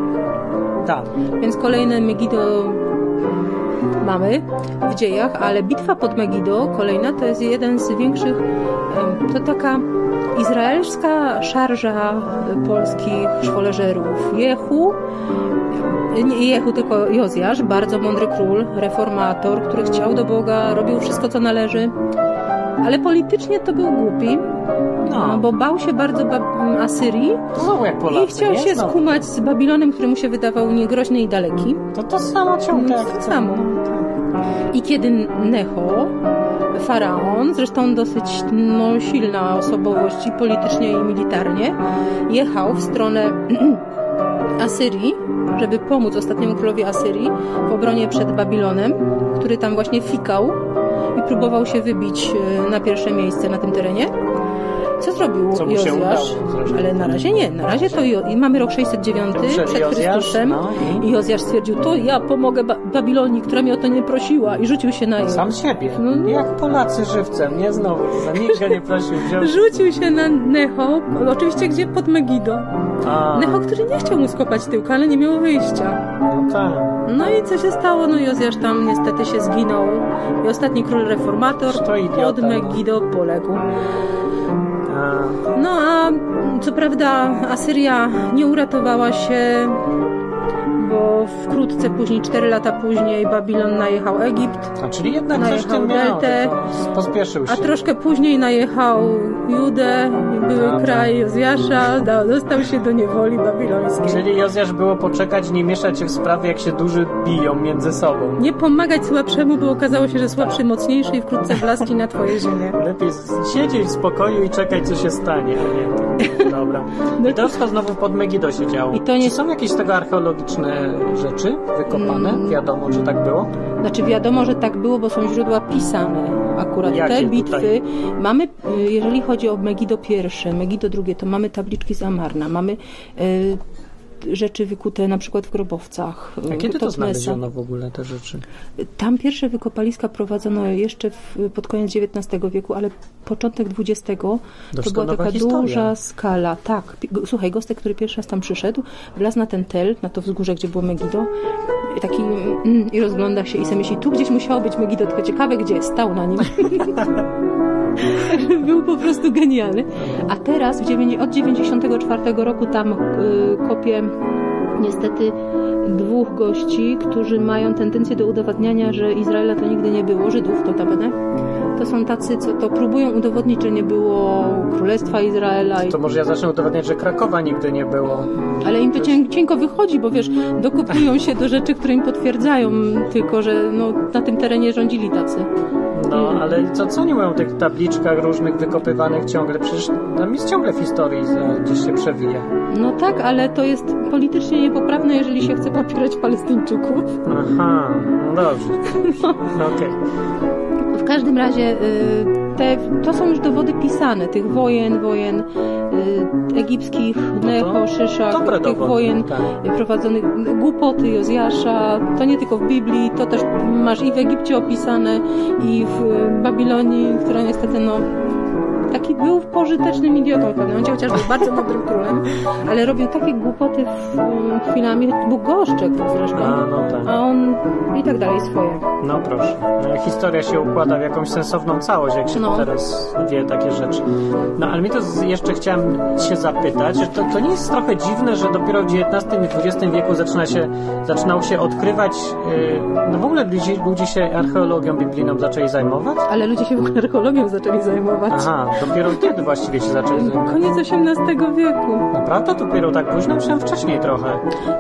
A: Tak.
B: Więc kolejne Megido mamy w dziejach, ale bitwa pod Megido, kolejna, to jest jeden z większych, em, to taka izraelska szarża e, polskich szwoleżerów. Jehu, nie Jehu, tylko Jozjasz, bardzo mądry król, reformator, który chciał do Boga, robił wszystko, co należy, ale politycznie to był głupi, no,
A: No,
B: bo bał się bardzo Bab- Asyrii
A: to znowu jak Polacy,
B: i chciał
A: nie? No,
B: się
A: Znowu.
B: skumać z Babilonem, który mu się wydawał niegroźny i daleki.
A: To to samo ciągle.
B: No,
A: jak
B: to
A: to-
B: samo. I kiedy Necho, faraon, zresztą dosyć no, silna osobowość i politycznie i militarnie, jechał w stronę Asyrii, żeby pomóc ostatniemu królowi Asyrii w obronie przed Babilonem, który tam właśnie fikał i próbował się wybić e, na pierwsze miejsce na tym terenie. Co zrobił
A: Co mu się
B: Jozjasz?
A: udało zresztą.
B: Ale na razie nie. Na razie to jo- i mamy rok 609
A: Dobrze,
B: przed
A: Jozjasz,
B: Chrystusem.
A: no i-
B: I Jozjasz stwierdził, to ja pomogę ba- Babilonii, która mnie o to nie prosiła i rzucił się na nią.
A: Sam siebie.
B: No, no.
A: Jak Polacy żywcem, nie znowu. Za nikt go nie prosił wziąć.
B: Rzucił się na Necho, oczywiście gdzie? Pod Megido.
A: A,
B: Necho, który nie chciał mu skopać tyłka, ale nie miał wyjścia.
A: no tak.
B: No i co się stało? No Jozjasz tam niestety się zginął i ostatni król reformator
A: To idiota,
B: pod
A: no.
B: Megido poległ.
A: A,
B: No a co prawda Asyria nie uratowała się, bo wkrótce później, 4 lata później Babilon najechał Egipt.
A: a czyli jednak
B: No,
A: coś w tym miał.
B: Deltę.
A: tylko Pospieszył się.
B: A troszkę później najechał Judę, były
A: Dobra.
B: kraj Jozjasza, da- dostał się do niewoli babilońskiej.
A: Czyli Jozjasz było poczekać, nie mieszać się w sprawy, jak się duży biją między sobą.
B: Nie pomagać słabszemu, bo okazało się, że słabszy mocniejszy i wkrótce blaski na twoje ziemię.
A: Lepiej z- siedzieć w spokoju i czekać, co się stanie. a nie- Dobra. I to wszystko znowu pod Megido się działo.
B: No I to nie-
A: Czy są jakieś z tego archeologiczne rzeczy wykopane?
B: Mm.
A: Wiadomo, że tak było.
B: Znaczy wiadomo, że tak było, bo są źródła pisane. Akurat
A: Jakie
B: te
A: tutaj?
B: bitwy mamy, y, jeżeli chodzi o Megido I, Megido II, to mamy tabliczki z Amarna, mamy y, rzeczy wykute na przykład w grobowcach.
A: A
B: y,
A: kiedy to
B: Totmesa.
A: znaleziono w ogóle te rzeczy?
B: Tam pierwsze wykopaliska prowadzono jeszcze w, pod koniec XIX wieku, ale początek XX to była
A: Doskonała
B: taka
A: historia.
B: duża skala. Tak, Pi- go- słuchaj, Gostek, który pierwszy raz tam przyszedł, wlazł na ten tel, na to wzgórze, gdzie było Megido i taki mm, i rozgląda się i sobie myśli, tu gdzieś musiało być Megido, tylko ciekawe gdzie, stał na nim. Także Był po prostu genialny. A teraz w dziewięć- od 94 roku tam y, kopię niestety dwóch gości, którzy mają tendencję do udowadniania, że Izraela to nigdy nie było, Żydów to tabene. To są tacy, co to próbują udowodnić, że nie było Królestwa Izraela, i,
A: To może ja zacznę udowadniać, że Krakowa nigdy nie było.
B: ale im to cię, cienko wychodzi, bo wiesz, dokupują się do rzeczy, które im potwierdzają, tylko że no, na tym terenie rządzili tacy.
A: No, ale co, co nie mają w tych tabliczkach różnych wykopywanych ciągle? Przecież tam jest ciągle w historii, że gdzieś się przewija.
B: No tak, ale to jest politycznie niepoprawne, jeżeli się chce popierać Palestyńczyków.
A: Aha, no dobrze. Okej.
B: W każdym razie y, te, to są już dowody pisane tych wojen, wojen y, egipskich, Necho, Szyszak,
A: No Dobre
B: tych
A: dowody.
B: wojen
A: Tak.
B: prowadzonych, głupoty Jozjasza, to nie tylko w Biblii, to też masz i w Egipcie opisane, i w y, Babilonii, która niestety no, taki był pożytecznym idiotą w pewnym momencie, chociaż był bardzo mądrym królem, ale robił takie głupoty w, mm, chwilami, to był goszczek zresztą,
A: A, no tak.
B: a on i tak dalej swoje.
A: No proszę. No, Historia się układa w jakąś sensowną całość, jak się
B: No.
A: teraz wie takie rzeczy. No ale mi to z- jeszcze chciałem się zapytać, że to, to nie jest trochę dziwne, że dopiero w XIX i XX wieku zaczyna się, zaczynał się odkrywać, yy, no w ogóle ludzie, ludzie się archeologią biblijną zaczęli zajmować?
B: Ale ludzie się w ogóle archeologią zaczęli zajmować.
A: Aha, dopiero wtedy właściwie się zaczęli zajmować.
B: Koniec XVIII wieku.
A: Naprawdę dopiero tak późno? Myślałem wcześniej trochę.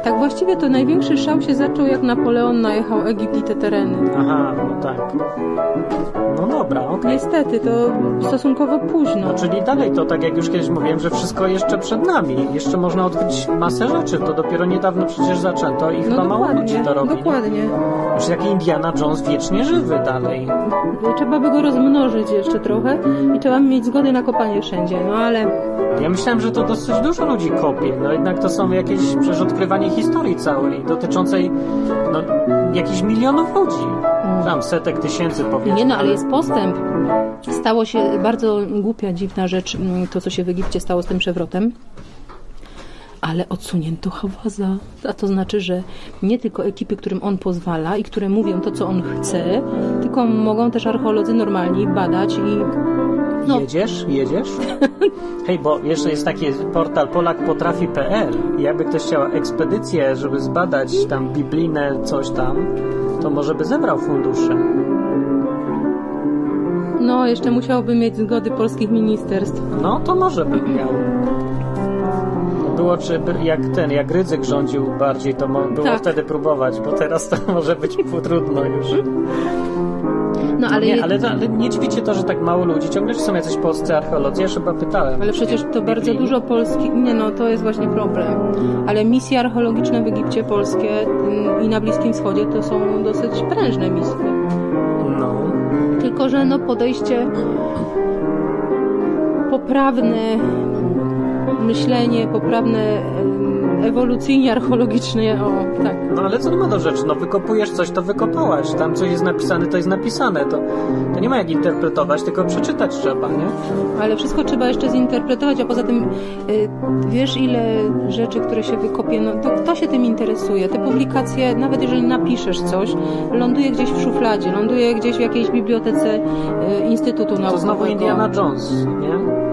B: Tak właściwie to największy szał się zaczął, jak Napoleon najechał Egipt i te tereny.
A: Aha, no tak. No dobra, okej.
B: Niestety, to stosunkowo późno.
A: No, czyli dalej to, tak jak już kiedyś mówiłem, że wszystko jeszcze przed nami. Jeszcze można odkryć masę rzeczy. To dopiero niedawno przecież zaczęto i chyba
B: No
A: mało ludzi
B: dokładnie,
A: to robi.
B: dokładnie.
A: Już jak Indiana Jones wiecznie żywy dalej.
B: Trzeba by go rozmnożyć jeszcze trochę i trzeba mieć zgody na kopanie wszędzie, no ale
A: Ja myślałem, że to dosyć dużo ludzi kopie. No jednak to są jakieś przecież odkrywanie historii całej dotyczącej no, jakichś milionów ludzi.
B: Mm.
A: Tam setek tysięcy powiedzmy.
B: nie no, ale jest postęp. Stało się bardzo głupia, dziwna rzecz, mm, to co się w Egipcie stało z tym przewrotem. Ale odsunięto Hawaza. A to znaczy, że nie tylko ekipy, którym on pozwala i które mówią to, co on chce, tylko mogą też archeolodzy normalni badać i no,
A: Jedziesz? Jedziesz? Hej, bo jeszcze jest taki portal polakpotrafi.pl i jakby ktoś chciał ekspedycję, żeby zbadać tam biblijne coś tam, to może by zebrał fundusze.
B: no jeszcze musiałoby mieć zgody polskich ministerstw.
A: No, to może by miał. Było czy by- jak ten, jak Rydzyk rządził bardziej, to mo- było
B: Tak.
A: wtedy próbować, bo teraz to może być trudno już.
B: No ale,
A: nie, ale, ale nie dziwi cię to, że tak mało ludzi. Ciągle są jacyś polscy archeolodzy, ja już chyba pytałem.
B: Ale przecież to bardzo
A: Biblijni?
B: dużo polskich. Nie, no to jest właśnie problem. Ale misje archeologiczne w Egipcie polskie mm, i na Bliskim Wschodzie to są dosyć prężne misje.
A: No.
B: Tylko, że no podejście poprawne, myślenie poprawne, em, ewolucyjnie archeologiczne, o tak.
A: No ale co to ma do rzeczy? No wykopujesz coś, to wykopałaś. Tam coś jest napisane, to jest napisane. To, to nie ma jak interpretować, tylko przeczytać trzeba, nie?
B: Ale wszystko trzeba jeszcze zinterpretować, a poza tym y, wiesz ile rzeczy, które się wykopie, no to kto się tym interesuje? Te publikacje, nawet jeżeli napiszesz coś, ląduje gdzieś w szufladzie, ląduje gdzieś w jakiejś bibliotece y, Instytutu Naukowego.
A: To znowu Indiana Jones, nie?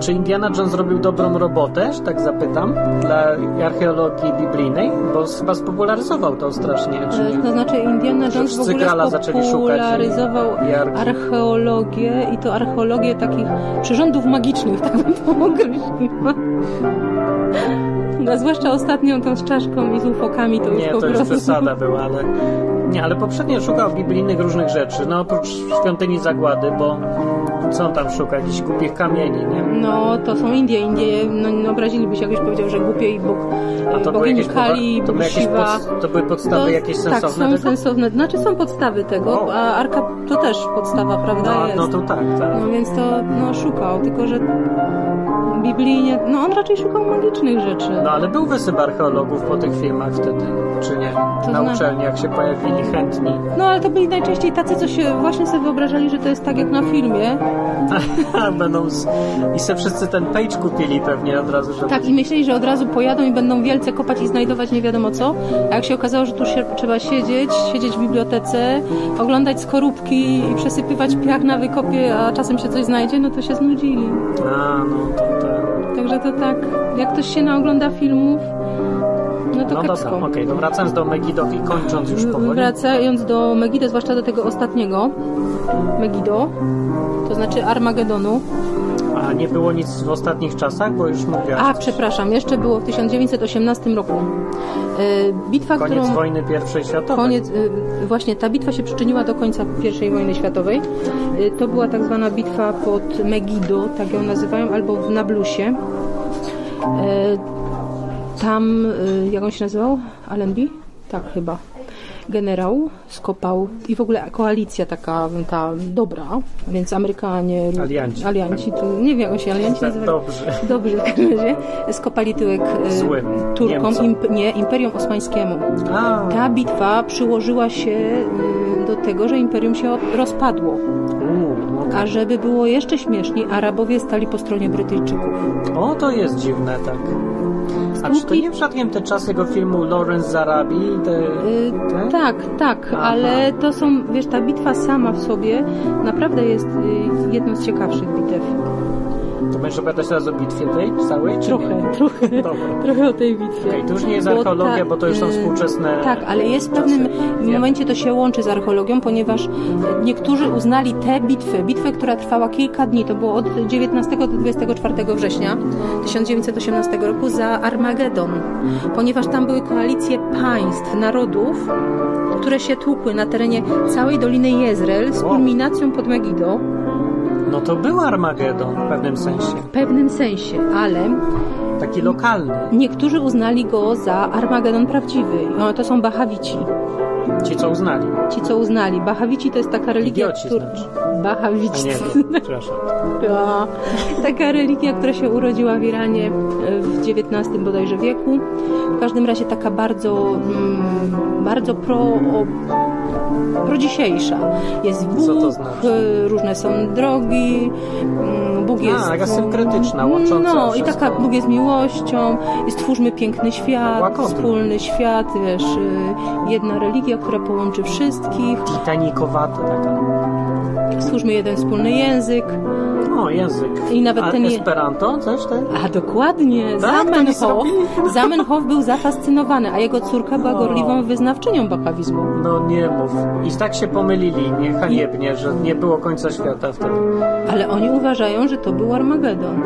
A: Czy Indiana Jones robił dobrą robotę, że tak zapytam, dla archeologii biblijnej? Bo chyba spopularyzował to strasznie, czy
B: Y,
A: nie?
B: To znaczy Indiana Jones w
A: wszyscy
B: ogóle
A: grala zaczęli szukać i-
B: spopularyzował
A: i arki.
B: archeologię i to archeologię takich przyrządów magicznych, tak bym to określiła. No, a zwłaszcza ostatnią tą z czaszką i z ufokami to już
A: Nie,
B: po
A: to już
B: prostu...
A: przesada była, ale... Nie, ale poprzednio szukał biblijnych różnych rzeczy, no oprócz świątyni zagłady, bo co on tam szuka? Jakichś głupich kamieni, nie?
B: No, to są Indie. Indie, no, no obraziliby się, jakbyś powiedział, że głupie i Bóg,
A: A to były
B: bogini
A: jakieś,
B: Kali,
A: powa- to były jakieś
B: Shiva.
A: pod, to były podstawy jakieś sensowne
B: Tak, są
A: tego?
B: sensowne. Znaczy są podstawy tego,
A: O.
B: a Arka to też podstawa, prawda,
A: No,
B: jest.
A: no to tak, tak.
B: No więc to, no, szukał, tylko że biblijnie, no on raczej szukał magicznych rzeczy.
A: No ale był wysyp archeologów po tych filmach wtedy, czy nie?
B: To
A: Na
B: znaczy-
A: uczelniach się pojawili chętni.
B: No ale to byli najczęściej tacy, co się właśnie sobie wyobrażali, że to jest tak jak na filmie.
A: Będą z... I se wszyscy ten page kupili pewnie od razu, żeby...
B: Tak, i myśleli, że od razu pojadą i będą wielce kopać i znajdować nie wiadomo co. A jak się okazało, że tu się, trzeba siedzieć, siedzieć w bibliotece, oglądać skorupki i przesypywać piach na wykopie, a czasem się coś znajdzie, no to się znudzili.
A: A, no to tak.
B: Także to tak, jak ktoś się naogląda filmów, no to
A: No dobra,
B: kiepsko.
A: okej, no wracając do Megiddo i kończąc już powoli.
B: Wracając do Megido, zwłaszcza do tego ostatniego Megido, to znaczy Armagedonu.
A: A nie było nic w ostatnich czasach, bo już mówiłaś.
B: A,
A: coś.
B: przepraszam, jeszcze było w 1918 roku. E, Bitwa,
A: Koniec
B: którą...
A: wojny pierwszej światowej.
B: Koniec, y, właśnie ta bitwa się przyczyniła do końca I wojny światowej. Y, To była tak zwana bitwa pod Megiddo, tak ją nazywają, albo w Nablusie. Y, Tam, y, jak on się nazywał? Allenby? Tak, chyba. Generał skopał i w ogóle koalicja taka, ta dobra, więc Amerykanie,
A: Alianci.
B: alianci tu, nie wiem jak on się alianci
A: Tak,
B: nazywają.
A: Dobrze.
B: Dobrze, w każdym razie skopali tyłek y,
A: Złym.
B: Turkom,
A: Niemcom.
B: imp, nie, Imperium Osmańskiemu.
A: A,
B: Ta bitwa przyłożyła się y, do tego, że imperium się od- rozpadło.
A: u, no
B: A żeby było jeszcze śmieszniej, Arabowie stali po stronie Brytyjczyków.
A: O, to jest dziwne, tak. A czy to
B: Spółki-
A: nie przypadkiem te czas jego filmu Lawrence Zarabi? Te,
B: Y,
A: te?
B: tak, tak,
A: Aha.
B: ale to są, wiesz, ta bitwa sama w sobie naprawdę jest y, jedną z ciekawszych bitew.
A: To będziesz opowiadać teraz o bitwie tej całej? Czy
B: Trochę,
A: Nie?
B: trochę,
A: Dobra.
B: trochę o tej bitwie.
A: Okej, to już nie jest
B: Bo
A: archeologia,
B: ta-
A: bo to już są
B: y,
A: współczesne.
B: Tak, ale jest w
A: czasy.
B: pewnym
A: Wiem.
B: momencie to się łączy z archeologią, ponieważ niektórzy uznali tę bitwę, bitwę, która trwała kilka dni, to było od 19 do 24 września 1918 roku, za Armagedon, ponieważ tam były koalicje państw, narodów, które się tłukły na terenie całej Doliny Jezreel z
A: Wow.
B: kulminacją pod Megido.
A: No to był Armagedon w pewnym sensie.
B: W pewnym sensie, ale
A: Taki lokalny.
B: niektórzy uznali go za Armagedon prawdziwy. No, To są Bahawici.
A: Ci, co uznali.
B: Ci, co uznali. Bahawici to jest taka religia,
A: Idioci znaczy. No
B: Bahawici.
A: Nie, to, przepraszam.
B: A, Taka religia, która się urodziła w Iranie e, w XIX bodajże wieku. W każdym razie taka bardzo, mm, bardzo pro, o, dzisiejsza. Jest Bóg,
A: Co to znaczy?
B: e, różne są drogi, mm, Bóg jest...
A: taka synkretyczna, łącząca
B: No i
A: wszystko.
B: taka Bóg jest miłością, stwórzmy piękny świat,
A: Łagodna.
B: wspólny świat, wiesz, e, jedna religia, która połączy wszystkich,
A: Titanikowata taka.
B: stwórzmy jeden wspólny język.
A: O, No, język.
B: I nawet
A: A
B: ten je-
A: Esperanto? Coś tak?
B: A dokładnie,
A: Tak, to nie
B: Zamenhof.
A: zrobiliśmy.
B: Zamenhof był zafascynowany, a jego córka była
A: O.
B: gorliwą wyznawczynią bakawizmu.
A: No nie mów. I tak się pomylili, nie haniebnie, że nie było końca świata wtedy.
B: Ale oni uważają, że to był Armagedon.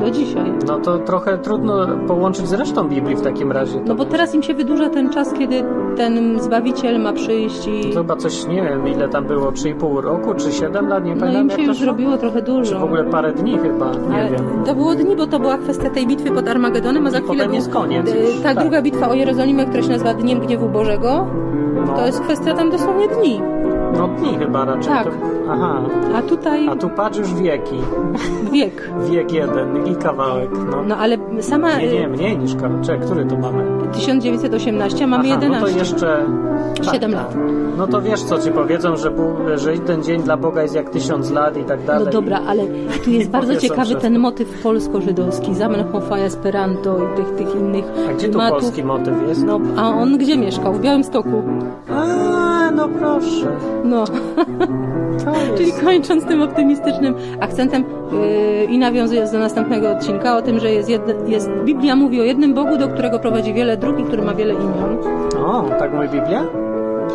B: Do dzisiaj.
A: No to trochę trudno połączyć z resztą Biblii w takim razie. To
B: No bo teraz im się wydłuża ten czas, kiedy ten Zbawiciel ma przyjść i...
A: chyba coś, nie wiem, ile tam było, 3,5 roku, czy 7 lat, nie
B: No
A: pamiętam
B: im się
A: jak to
B: już
A: szło.
B: zrobiło trochę
A: Czy w
B: dużo.
A: ogóle parę dni chyba, nie
B: Ale
A: wiem.
B: To było dni, bo to była kwestia tej bitwy pod Armagedonem, a za
A: I
B: chwilę
A: potem
B: był,
A: jest koniec
B: e,
A: już,
B: tak,
A: tak.
B: druga bitwa o Jerozolimę, która się nazywa Dniem Gniewu Bożego.
A: No,
B: To jest kwestia tam dosłownie dni.
A: no dni chyba raczej.
B: Tak.
A: To... Aha,
B: A tutaj
A: a tu patrz już wieki.
B: wiek.
A: Wiek jeden i kawałek, no.
B: No ale sama...
A: Nie, nie, mniej niż kawałek. Czekaj, który tu mamy?
B: 1918, mamy
A: Aha,
B: 11.
A: no to jeszcze... tak,
B: Siedem
A: tak.
B: lat.
A: No to wiesz, co ci powiedzą, że, bu- że ten dzień dla Boga jest jak tysiąc lat i tak dalej.
B: No dobra, ale tu jest
A: I
B: bardzo
A: powiedzą
B: ciekawy
A: wszystko.
B: ten motyw polsko-żydowski, Zamenhofa, Esperanto i tych, tych innych
A: A gdzie tu
B: tematów.
A: polski motyw jest?
B: No, a on gdzie mieszkał? W Białymstoku.
A: A, no proszę.
B: No,
A: To
B: czyli
A: jest...
B: kończąc tym optymistycznym akcentem yy, i nawiązując do następnego odcinka o tym, że jest, jedne, jest Biblia mówi o jednym Bogu, do którego prowadzi wiele dróg i który ma wiele imion.
A: O, tak mówi Biblia?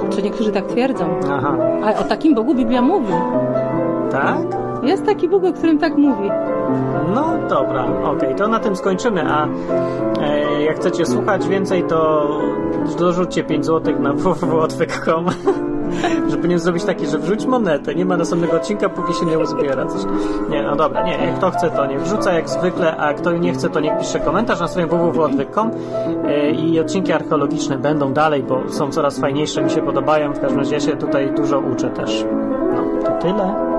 B: Czy niektórzy tak twierdzą?
A: Aha.
B: Ale o takim Bogu Biblia mówi.
A: Tak?
B: Jest taki Bóg, o którym tak mówi.
A: No dobra, okej, to na tym skończymy, a e, jak chcecie słuchać więcej, to dorzućcie 5 zł na www.otwyk.com żeby nie zrobić taki, że wrzuć monetę, nie ma następnego odcinka, póki się nie uzbiera coś. Nie, no dobra, nie, jak kto chce, to nie wrzuca jak zwykle, a kto nie chce, to niech pisze komentarz na stronie www.odwyk.com e, i odcinki archeologiczne będą dalej, bo są coraz fajniejsze, mi się podobają, w każdym razie ja się tutaj dużo uczę też. No, to tyle.